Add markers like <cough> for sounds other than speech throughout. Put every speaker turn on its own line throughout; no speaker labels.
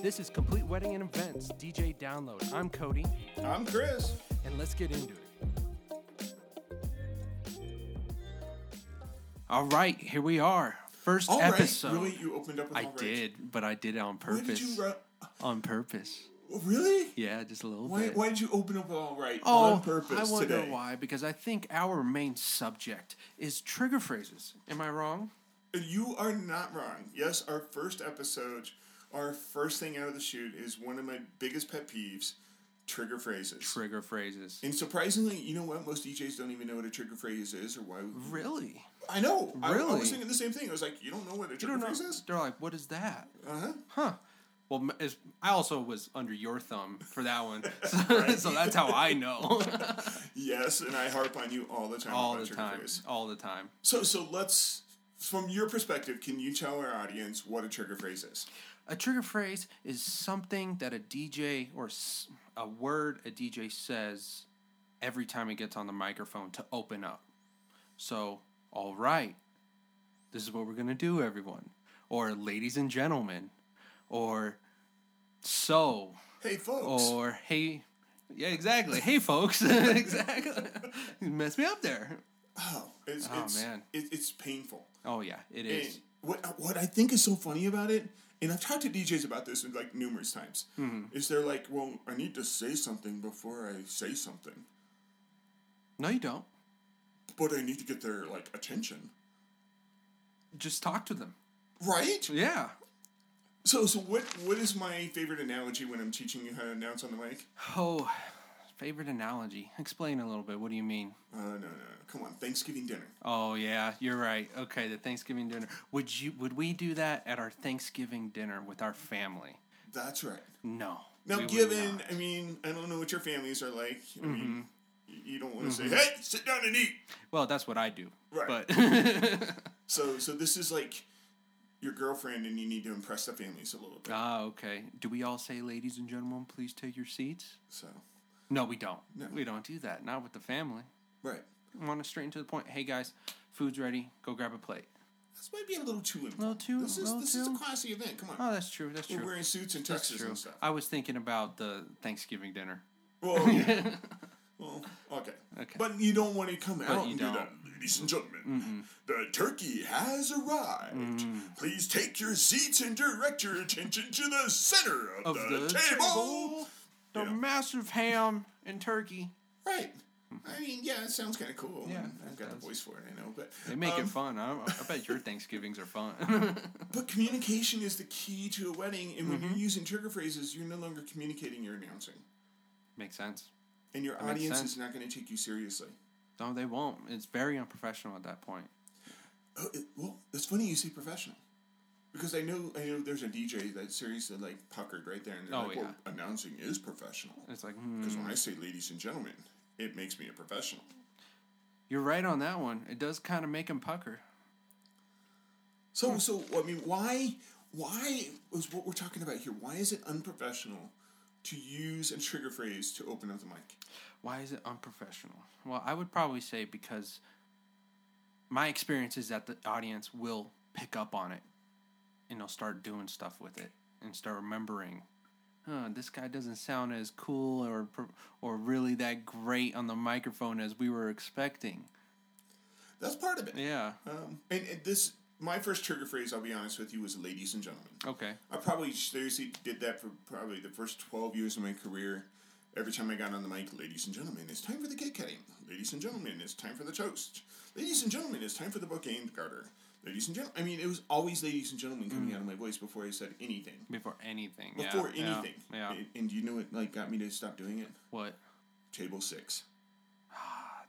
This is Complete Wedding and Events DJ Download. I'm Cody,
I'm Chris.
and let's get into it. All right, here we are. First
All right,
episode.
Really, you opened up with
I
all right.
did, but I did it on
When
purpose.
did you ru- uh,
on purpose.
really?
Yeah, just a little
Why,
bit.
why did you open up with all right
Oh,
on purpose
I wonder
today?
why. Because I think our main subject is trigger phrases. Am I wrong?
You are not wrong. Yes, our first episode, our first thing out of the shoot is one of my biggest pet peeves: trigger phrases.
Trigger phrases.
and surprisingly, you know what? Most DJs don't even know what a trigger phrase is or why.
Really?
I know. I, I
Really?
was thinking the same thing. I was like, you don't know what a
You
trigger
don't know.
phrase is?
They're like, what is that?
Uh huh.
Huh. Well, m- is- I also was under your thumb for that one, <laughs> so, so that's how I
<laughs>
know
Yes, and I harp on you all the time.
all
about
the
trigger
time,
Phrase.
all the time.
So, so let's, from your perspective, can you tell our audience what a trigger phrase is?
A trigger phrase is something that a DJ or s- a word a DJ says every time he gets on the microphone to open up. So, all right, this is what we're going to do, everyone. Or, ladies and gentlemen. Or, so.
Hey, folks.
Or, hey.
<laughs>
Yeah, exactly. Hey, folks. <laughs> exactly. You messed me up there.
Oh, it's,
Oh,
it's,
man.
It, it's painful.
Oh, yeah, it is.
And what what I think is so funny about it, and I've talked to DJs about this like numerous times,
Mm-hmm.
is they're like, "Well, I need to say something before I say something,
No, you don't.
but I need to get their like attention."
Just talk to them.
Right.
Yeah.
So, so what what is my favorite analogy when I'm teaching you how to announce on the mic?
Oh, favorite analogy. Explain a little bit. What do you mean?
Uh, no, no, no. Come on, Thanksgiving dinner.
Oh yeah, you're right. Okay, the Thanksgiving dinner. Would you would we do that at our Thanksgiving dinner with our family?
That's right.
No.
Now,
we would
given,
not. Mm-hmm.
I mean, I don't know what your families are like. I mean, y- you don't want to say, "Hey, sit down and eat."
well, that's what I do.
Right.
But <laughs>
So so this is like your girlfriend and you need to impress the families a little bit.
ah, okay. Do we all say, ladies and gentlemen, please take your seats?
So
No, we don't.
No.
We don't do that. Not with the family.
right.
Want to straighten to the point. Hey guys, food's ready. Go grab a plate.
This might be a little too important.
too-
This is
little
this is a
too-
classy event. Come on.
Oh, that's true. That's
We're
true.
wearing suits and
That's
tuxes
true.
and stuff.
I was thinking about the Thanksgiving <laughs> dinner.
well, yeah. well, okay.
Okay.
But you don't want to come out
you
and
don't. Mm-hmm.
do that, ladies and gentlemen. The turkey has arrived. Please take your seats and direct your attention to the center of,
of
the,
the
table.
table, the
Yeah.
massive ham and turkey.
Right. I mean, yeah, it sounds kind of cool.
Yeah,
and I've
it
got
does.
the voice for it, I know, but
They make
um,
it fun. I, I bet your Thanksgivings are <laughs> fun.
But communication is the key to a wedding, and when
Mm-hmm.
you're using trigger phrases, you're no longer communicating, you're announcing.
Makes sense.
And your
makes
audience
sense.
is not going to take you seriously.
No, they won't. It's very unprofessional at that point.
Oh, it, well, it's funny you say professional. Because I know I know there's a DJ that seriously like puckered right there, and they're
Oh,
like, well, announcing is professional.
It's like, hmm,
Because when I say ladies and gentlemen, it makes me a professional.
you're right on that one. It does kind of make them pucker.
So, so I mean, why, why is what we're talking about here? Why is it unprofessional to use a trigger phrase to open up the mic?
Why is it unprofessional? Well, I would probably say because my experience is that the audience will pick up on it and they'll start doing stuff with it and start remembering. Huh, this guy doesn't sound as cool or pro- or really that great on the microphone as we were expecting.
That's part of it.
Yeah.
Um, and, and this, my first trigger phrase, I'll be honest with you, was ladies and gentlemen.
Okay.
I probably seriously did that for probably the first 12 years of my career. Every time I got on the mic, ladies and gentlemen, it's time for the cake cutting. Ladies and gentlemen, it's time for the toast. Ladies and gentlemen, it's time for the bouquet and garter. Ladies and gentlemen, I mean, it was always ladies and gentlemen coming out of my voice before I said anything.
Before anything. yeah,
Before
yeah,
anything.
Yeah.
And, and you know what like got me to stop doing it?
What?
Table six.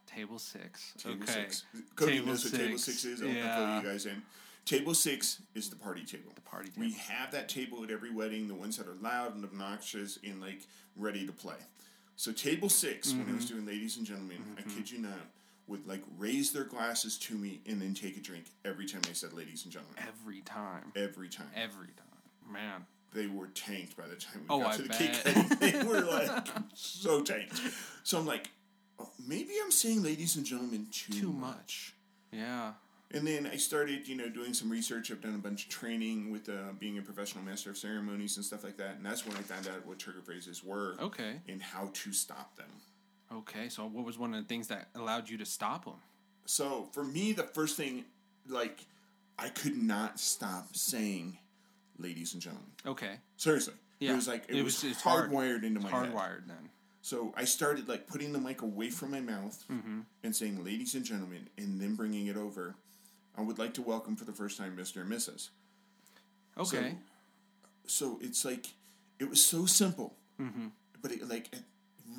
Table six.
Table
okay.
six. Cody
Table
knows what table
six.
six is. I'll yeah.
Yeah.
fill you guys in. Table six is the party table. The
party
We
table.
have that table at every wedding. The ones that are loud and obnoxious and like ready to play. So table 6 when I was
Mm-hmm.
doing ladies and gentlemen, I kid you not, would like raise their glasses to me and then take a drink every time I said ladies and gentlemen.
Every time.
Every time
Every time. Man.
they were tanked by the time we
Oh,
got
I
to the
bet.
cake. <laughs> they were like so tanked. So I'm like, oh, maybe I'm saying ladies and gentlemen too,
Too
much.
Yeah.
And then I started, you know, doing some research. I've done a bunch of training with uh, being a professional master of ceremonies and stuff like that. And that's when I found out what trigger phrases were
Okay.
and how to stop them.
Okay. So what was one of the things that allowed you to stop them?
So for me, the first thing, like, I could not stop saying, ladies and gentlemen.
Okay.
Seriously.
Yeah.
It was like, it,
It
was,
was- it's hard.
hardwired into my head.
Hardwired then.
So I started like putting the mic away from my mouth
Mm-hmm.
and saying, ladies and gentlemen, and then bringing it over. I would like to welcome for the first time Mr. and Mrs.
Okay.
So it's like, it was so simple,
Mm-hmm.
but it like it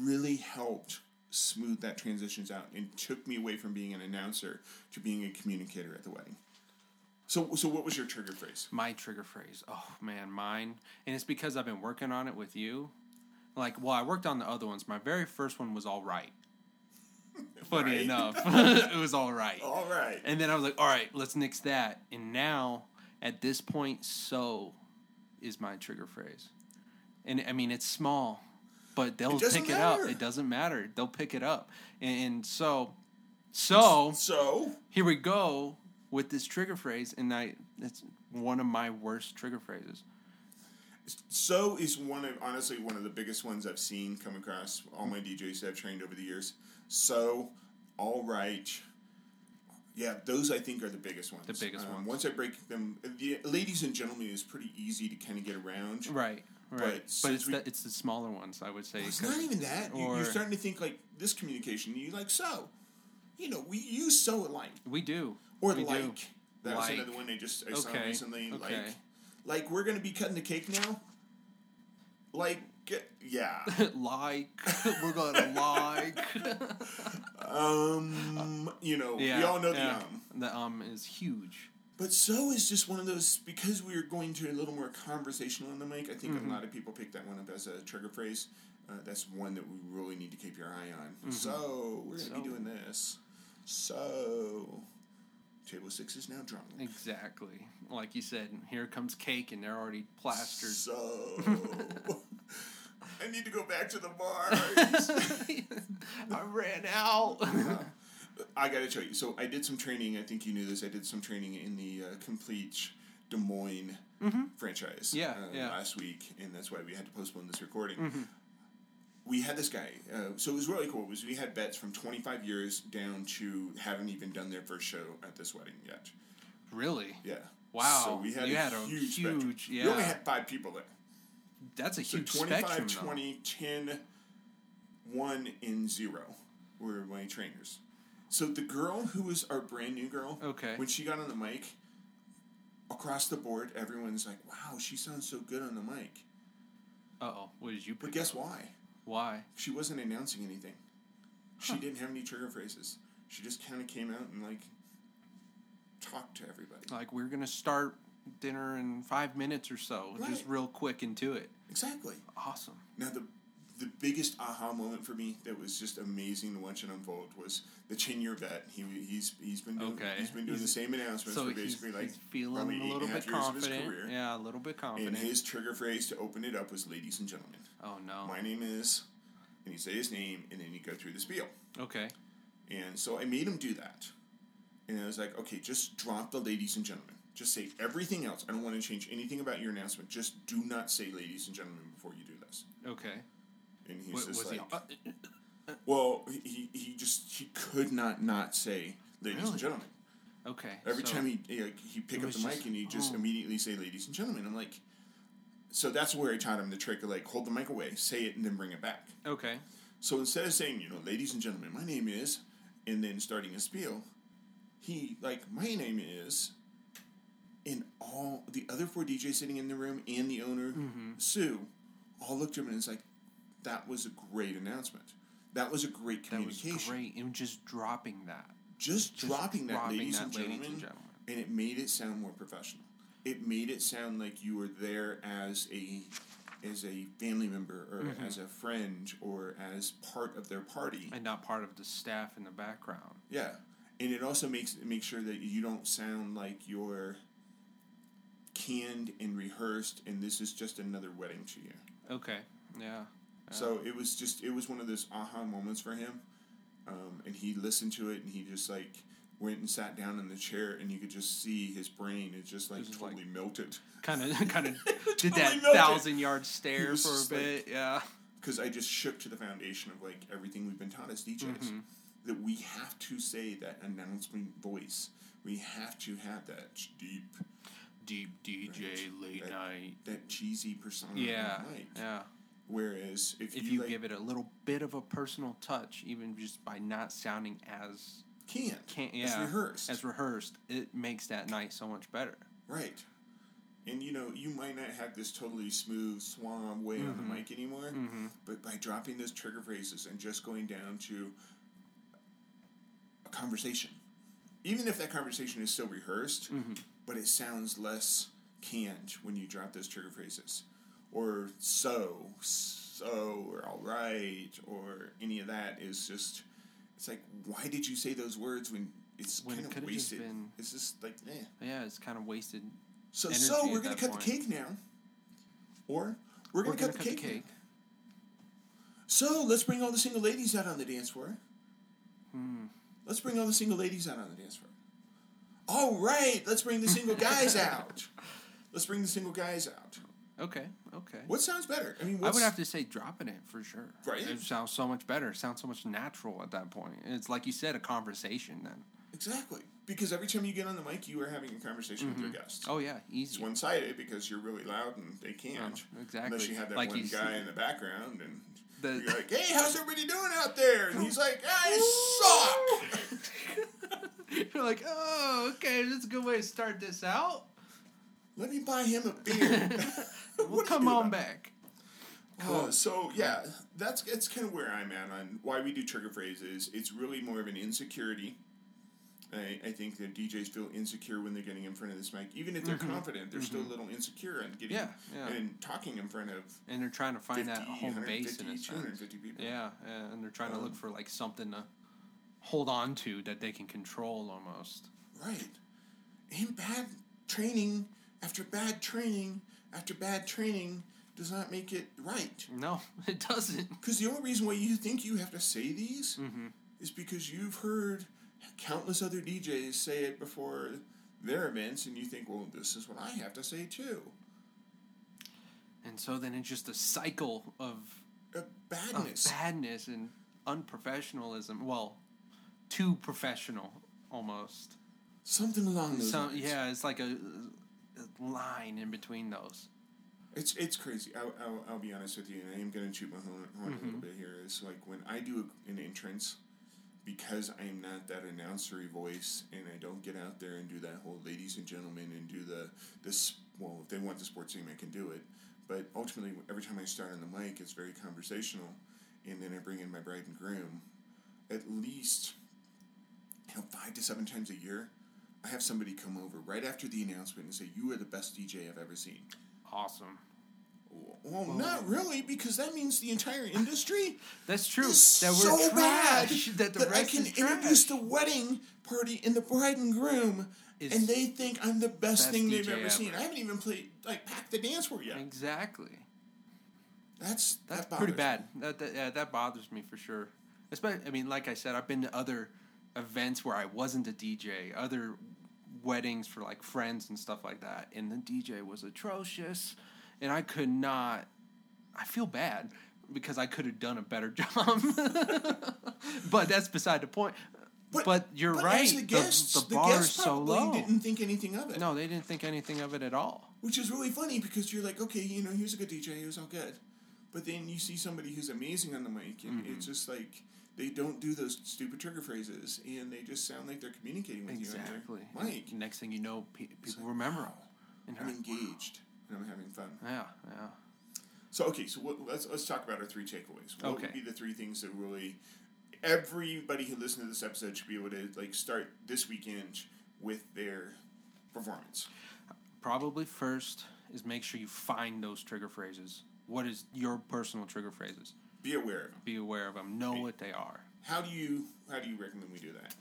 really helped smooth that transitions out and took me away from being an announcer to being a communicator at the wedding. So, so what was your trigger phrase?
my trigger phrase. Oh man, mine. And it's because I've been working on it with you. Like, well, I worked on the other ones. My very first one was all right. Funny
Right. Oh,
enough, <laughs> it was all right.
All right.
And then I was like, all right, let's nix that. And now, at this point, so is my trigger phrase. And I mean, it's small, but they'll
doesn't
pick it up.
matter.
It doesn't matter. They'll pick it up. And, and so, so
So,
here we go with this trigger phrase, and I that's one of my worst trigger phrases.
So is one of honestly one of the biggest ones I've seen come across all my DJs that I've trained over the years. So, all right, yeah, those I think are the biggest ones.
The biggest
um,
ones.
Once I break them, the ladies and gentlemen is pretty easy to kind of get around.
Right, right.
But
But,
since
it's
we-
the, it's the smaller ones, I would say.
It's
'cause-
not even that. You-
or-
You're starting to think like this communication. You like so, you know, we use so alike
we do.
or
we do.
like. That was
Like.
another one I just I saw
Okay,
recently. Like,
okay.
like we're gonna be cutting the cake now. Like, yeah.
<laughs> like we're gonna like. <laughs>
Um, you know,
yeah,
we all know
yeah.
the um.
The um is huge.
But so is just one of those because we are going to a little more conversational on the mic. I
Mm-hmm.
think a lot of people pick that one up as a trigger phrase. Uh, that's one that we really need to keep your eye on. So
Mm-hmm.
we're gonna
So.
be doing this. So table six is now drunk.
Exactly. Like you said, here comes cake, and they're already plastered.
So <laughs> I need to go back to the bar.
<laughs> I ran out.
I gotta tell you. So I did some training. I think you knew this. I did some training in the uh, complete Des Moines franchise.
Mm-hmm. Yeah,
uh,
yeah. Mm-hmm.
Last week, and that's why we had to postpone this recording. We had this guy. Uh, so it was really cool. Was we had vets from 25 years down to haven't even done their first show at this wedding yet.
<laughs> really?
Yeah.
Wow, you had a
spectrum.
huge-
We only
yeah.
had five people there.
That's a
So
huge
25,
spectrum. though.
20, 10, 1, and 0 were my trainers. So the girl who was our brand new girl,
Okay.
when she got on the mic, across the board, everyone's like, wow, she sounds so good on the mic.
Uh oh. What did you pick?
But guess
up?
why?
Why?
She wasn't announcing anything. She didn't have any trigger phrases. She just kind of came out and like talked to everybody.
Like we're gonna start dinner in five minutes or so, just
Right.
real quick into it.
Exactly.
Awesome.
Now the the biggest aha moment for me that was just amazing to watch it unfold was the ten year vet. He he's he's been doing
Okay.
he's been doing
He's-
the same announcements
So
for
he's,
basically like
he's feeling
probably eight
a little
and
bit
half years of his
confident.
career.
Yeah, a little bit
And
confident.
his trigger phrase to open it up was "Ladies and gentlemen,
oh no.
my name is," and he'd say his name, and then he'd go through the spiel.
Okay.
And so I made him do that, and I was like, "Okay, just drop the ladies and gentlemen. Just say everything else. I don't want to change anything about your announcement. Just do not say ladies and gentlemen before you do this."
Okay.
And he's
What
just
was
like,
he? Uh,
Well, he, he he just he could not not say ladies
Really?
and gentlemen.
Uh, okay.
Every
so-
time he he, like, he pick
It
up
was
the mic
just-
and he just
oh.
immediately say ladies and gentlemen. I'm like, so that's where I taught him the trick of like hold the mic away, say it, and then bring it back.
Okay.
So instead of saying you know ladies and gentlemen, my name is, and then starting a spiel, he like my name is, and all the other four DJs sitting in the room and the owner
Mm-hmm.
Sue, all looked at him and was like, that was a great announcement. That was a great
That was
communication
great. And just dropping that.
just
Just
dropping that,
dropping
ladies,
that,
and
ladies and
gentlemen, and
gentlemen.
it made it sound more professional. It made it sound like you were there as a as a family member or
Mm-hmm.
as a friend or as part of their party.
And not part of the staff in the background.
yeah, and it also makes make sure that you don't sound like you're canned and rehearsed, and this is just another wedding to you.
Okay. Yeah.
So
Oh.
it was just it was one of those aha moments for him, um, and he listened to it and he just like went and sat down in the chair, and you could just see his brain is just like
Just like-
totally melted.
Kind <laughs> of, kind
<laughs>
of did
Totally
that
melted.
thousand yard stare
was
for a
just like-
bit. yeah,
because I just shook to the foundation of like everything we've been taught as DJs
Mm-hmm.
that we have to say that announcement voice. We have to have that ch- deep,
deep DJ late
Right.
night.
that cheesy persona. on the
Yeah,
mic.
yeah.
Whereas if,
If
you,
you
like,
give it a little bit of a personal touch, even just by not sounding as
can't,
can't
it's
yeah
rehearsed,
as rehearsed, it makes that night so much better.
right? And you know you might not have this totally smooth suave way on
Mm-hmm.
the mic anymore, but by dropping those trigger phrases and just going down to a conversation, even if that conversation is still rehearsed,
Mm-hmm.
but it sounds less canned when you drop those trigger phrases. Or so, so, or all right, or any of that is just, it's like, why did you say those words when it's
When it
kind of
could've just
wasted?
been-
It's just like, eh.
Yeah, it's kind of wasted.
So,
Energy
so, we're
at
going
that
to cut
point.
the cake now. Or, we're
We're
going to cut, the cake. now. So, let's bring all the single ladies out on the dance floor.
Hmm.
Let's bring all the single ladies out on the dance floor. All right, let's bring the
<laughs>
single guys out. Let's bring the single guys out.
Okay, okay.
What sounds better? I mean,
I
what's,
would have to say dropping it for sure.
Right.
It sounds so much better. It sounds so much natural at that point. It's like you said, a conversation then.
exactly because every time you get on the mic, you are having a conversation with your guest.
Oh yeah,
It's
easy.
one sided because you're really loud and they can't.
Oh, exactly.
Unless you have that
Like
one
you
guy
see-
in the background and
The-
you're like, "Hey, how's everybody doing out there?" And he's like, "Ah, "I suck."
<laughs> You're like, oh, okay, that's a good way to start this out.
Let me buy him a beer. <laughs> What
<laughs>
do
We'll
you
come
do
on
about
back.
Uh, so yeah, that's that's kind of where I'm at on why we do trigger phrases. It's really more of an insecurity. I, I think that DJs feel insecure when they're getting in front of this mic, even if they're confident, they're still a little insecure on getting
Mm-hmm. Yeah, yeah.
and talking in front of
And they're trying to find
50,
that home base in a
150,
sense.
250 people.
Yeah, yeah, and they're trying to
Um.
look for like something to hold on to that they can control almost.
Right. And bad training after bad training after bad training does not make it right.
No, <laughs> it doesn't.
Because the only reason why you think you have to say these
Mm-hmm.
is because you've heard countless other DJs say it before their events, and you think, well, this is what I have to say too.
And so then it's just a cycle of
Uh,
of
badness.
badness and unprofessionalism. Well, too professional almost.
Something along those
So
lines.
yeah, it's like a, a line in between those.
It's it's crazy. I'll, I'll, I'll be honest with you, and I am going to toot my horn, horn a little bit here. Is like when I do a, an entrance, because I am not that announcery voice, and I don't get out there and do that whole ladies and gentlemen and do the this. Well, if they want the sports team, I can do it. But ultimately, every time I start on the mic, it's very conversational, and then I bring in my bride and groom. At least, you know, five to seven times a year, I have somebody come over right after the announcement and say, "You are the best DJ I've ever seen."
Awesome.
Well, not really, because that means the entire industry
That's true.
is
that we're
so
trash.
bad
That the
I
rest
can
is trash.
introduce the wedding party and the bride and groom,
Is
and they think I'm the best,
best
thing they've
DJ
ever,
ever.
seen. I haven't even played like packed the dance floor yet.
exactly.
That's
That's
that
pretty
bothers
bad. That that, yeah, that bothers me for sure. Especially, I mean, like I said, I've been to other events where I wasn't a DJ, other weddings for like friends and stuff like that, and the DJ was atrocious, and I could not. I feel bad because I could have done a better <laughs> job, but that's beside the point. But, you're
but
right.
as the guests,
the,
the,
the bar
guests
is so
probably
low.
didn't think anything of it.
No, they didn't think anything of it at all.
Which is really funny because you're like, okay, you know, he was a good DJ, he was all good. But then you see somebody who's amazing on the mic, and
Mm-hmm.
it's just like they don't do those stupid trigger phrases, and they just sound like they're communicating with
Exactly.
you. on their Mic,
And Next thing you know, pe- people remember 'em. And
I'm
they're like,
engaged and I'm having fun.
Yeah, yeah.
So okay, so what, let's let's talk about our three takeaways. What
Okay.
would be the three things that really everybody who listened to this episode should be able to like start this weekend with their performance?
Probably first is make sure you find those trigger phrases. What is your personal trigger phrases?
Be aware of them.
Be aware of them. Know what they are.
How do you how do you recommend we do that?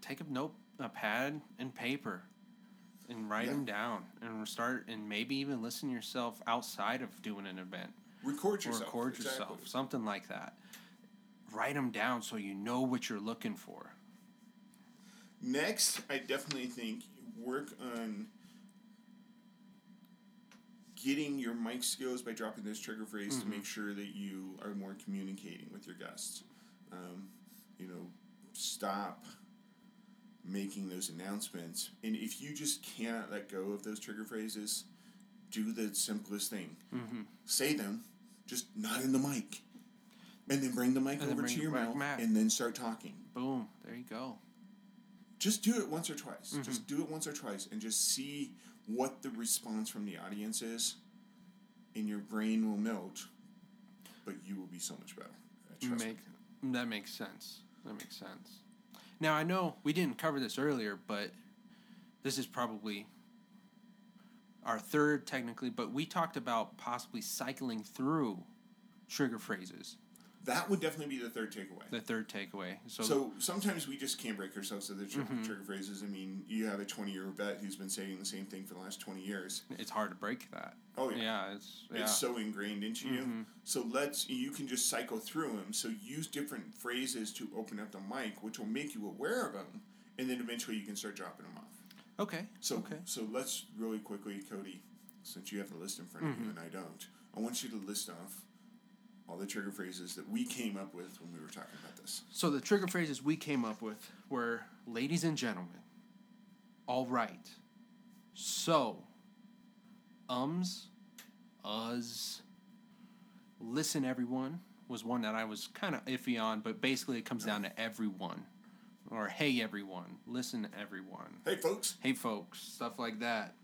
Take a note, a pad, and paper, and write
Yeah.
them down, and start, and maybe even listen to yourself outside of doing an event.
Record
or
yourself.
record
exactly.
yourself, something like that. Write them down so you know what you're looking for.
Next, I definitely think work on getting your mic skills by dropping this trigger phrase to make sure that you are more communicating with your guests. Um, you know, stop making those announcements. And if you just cannot let go of those trigger phrases, do the simplest thing. Say them, just not in the mic. And then bring the mic
then
over
bring
to
it
your
back,
mouth
Matt.
and then start talking
Boom. There you go.
just do it once or twice.
Mm-hmm.
Just do it once or twice and just see what the response from the audience is, and your brain will melt, but you will be so much better. Uh, Trust
Make,
me.
that makes sense. That makes sense. Now I know we didn't cover this earlier, but this is probably our third technically, but we talked about possibly cycling through trigger phrases.
That would definitely be the third takeaway.
The third takeaway. So, Mm-hmm.
So sometimes we just can't break ourselves of the trigger, trigger phrases. I mean, you have a 20 year vet who's been saying the same thing for the last 20 years.
it's hard to break that.
Oh, yeah.
Yeah, it's yeah. Mm-hmm.
It's so ingrained into you. So let's, you can just cycle through them. So use different phrases to open up the mic, which will make you aware of them. And then eventually you can start dropping them off.
okay.
So
okay.
so let's really quickly, Cody, since you have the list in front of you
Mm-hmm.
and I don't, I want you to list off all the trigger phrases that we came up with when we were talking about this.
So the trigger phrases we came up with were ladies and gentlemen, all right, so, ums, uhs, listen everyone was one that I was kind of iffy on, but basically it comes down to everyone. Or hey everyone, listen everyone,
Hey folks,
hey folks, stuff like that.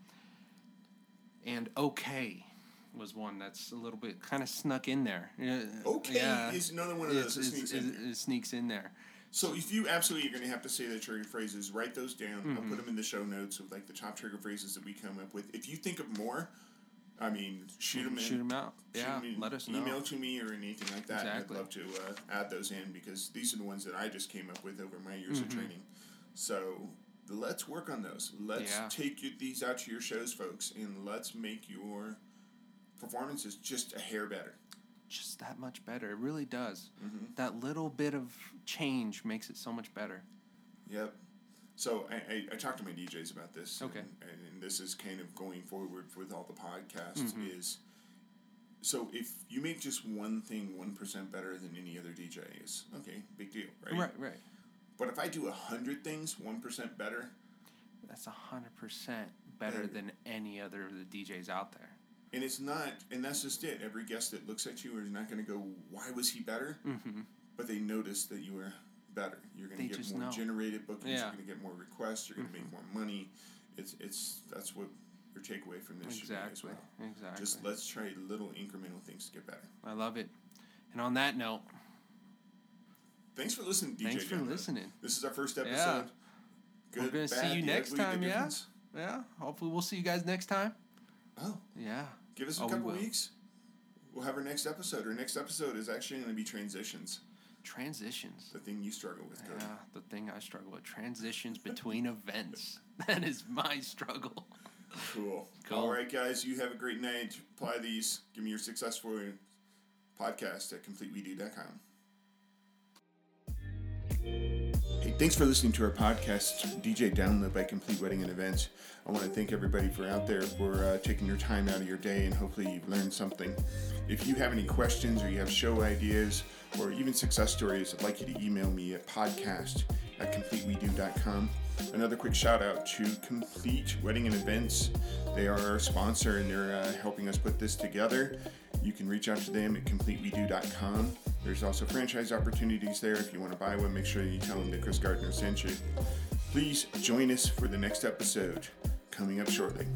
And okay was one that's a little bit kind of snuck in there. Yeah,
okay
yeah,
is another one of
it's-
those that
it's-
sneaks in.
it- it sneaks in there.
So if you absolutely are going to have to say the trigger phrases, write those down. I'll
Mm-hmm.
put them in the show notes with like the top trigger phrases that we come up with. If you think of more, I mean, shoot them.
Mm-hmm. shoot
in.
them out.
shoot
Yeah,
'em in
let us know.
Email to me or anything like that.
Exactly.
I'd love to uh, add those in because these are the ones that I just came up with over my years of
Mm-hmm.
training. So let's work on those. Let's
Yeah.
take you, these out to your shows, folks, and let's make your performances just a hair better.
Just that much better. It really does.
Mm-hmm.
That little bit of change makes it so much better.
Yep. So I, I, I talked to my DJs about this.
Okay.
And, and, and this is kind of going forward with all the podcasts
Mm-hmm.
is so if you make just one thing one percent better than any other DJ is okay, big deal, right?
Right, right.
But if I do a hundred things one percent better,
That's a hundred percent better
Better.
than any other of the DJs out there.
and it's not, and that's just it. Every guest that looks at you is not going to go, "Why was he better?" Mm-hmm. But they notice that you are better. You're going
They
to get
just
more
know.
generated bookings.
Yeah. Mm-hmm.
You're going to get more requests. You're going to make more money. It's it's that's what your takeaway from this should be as
Exactly.
well.
Exactly.
Just let's try little incremental things to get better.
I love it. And on that note,
Thanks for listening, DJ.
thanks for
Gamma.
listening.
This is our first episode.
Yeah.
Good,
We're gonna see
bad,
you
the
next
ugly, the
time, yeah?
difference.
Yeah. Hopefully we'll see you guys next time.
Oh.
Yeah.
Give us a
Oh, we
couple
will.
weeks. We'll have our next episode. Our next episode is actually going to be transitions,
Transitions.
the thing you struggle with, Cody.
Yeah, the thing I struggle with. Transitions between <laughs> events. That is my struggle.
Cool.
Cool.
All right, guys, you have a great night. Apply these. Give me your successful podcast at completewedo.com. Hey, thanks for listening to our podcast, DJ Download by Complete Wedding and Events. I want to thank everybody for out there for uh, taking your time out of your day, and hopefully you've learned something. If you have any questions or you have show ideas or even success stories, I'd like you to email me at podcast at completewedo.com. Another quick shout out to Complete Wedding and Events. They are our sponsor and they're uh, helping us put this together. You can reach out to them at completewedo.com. There's also franchise opportunities there. If you want to buy one, make sure you tell them that Chris Gardner sent you. Please join us for the next episode coming up shortly.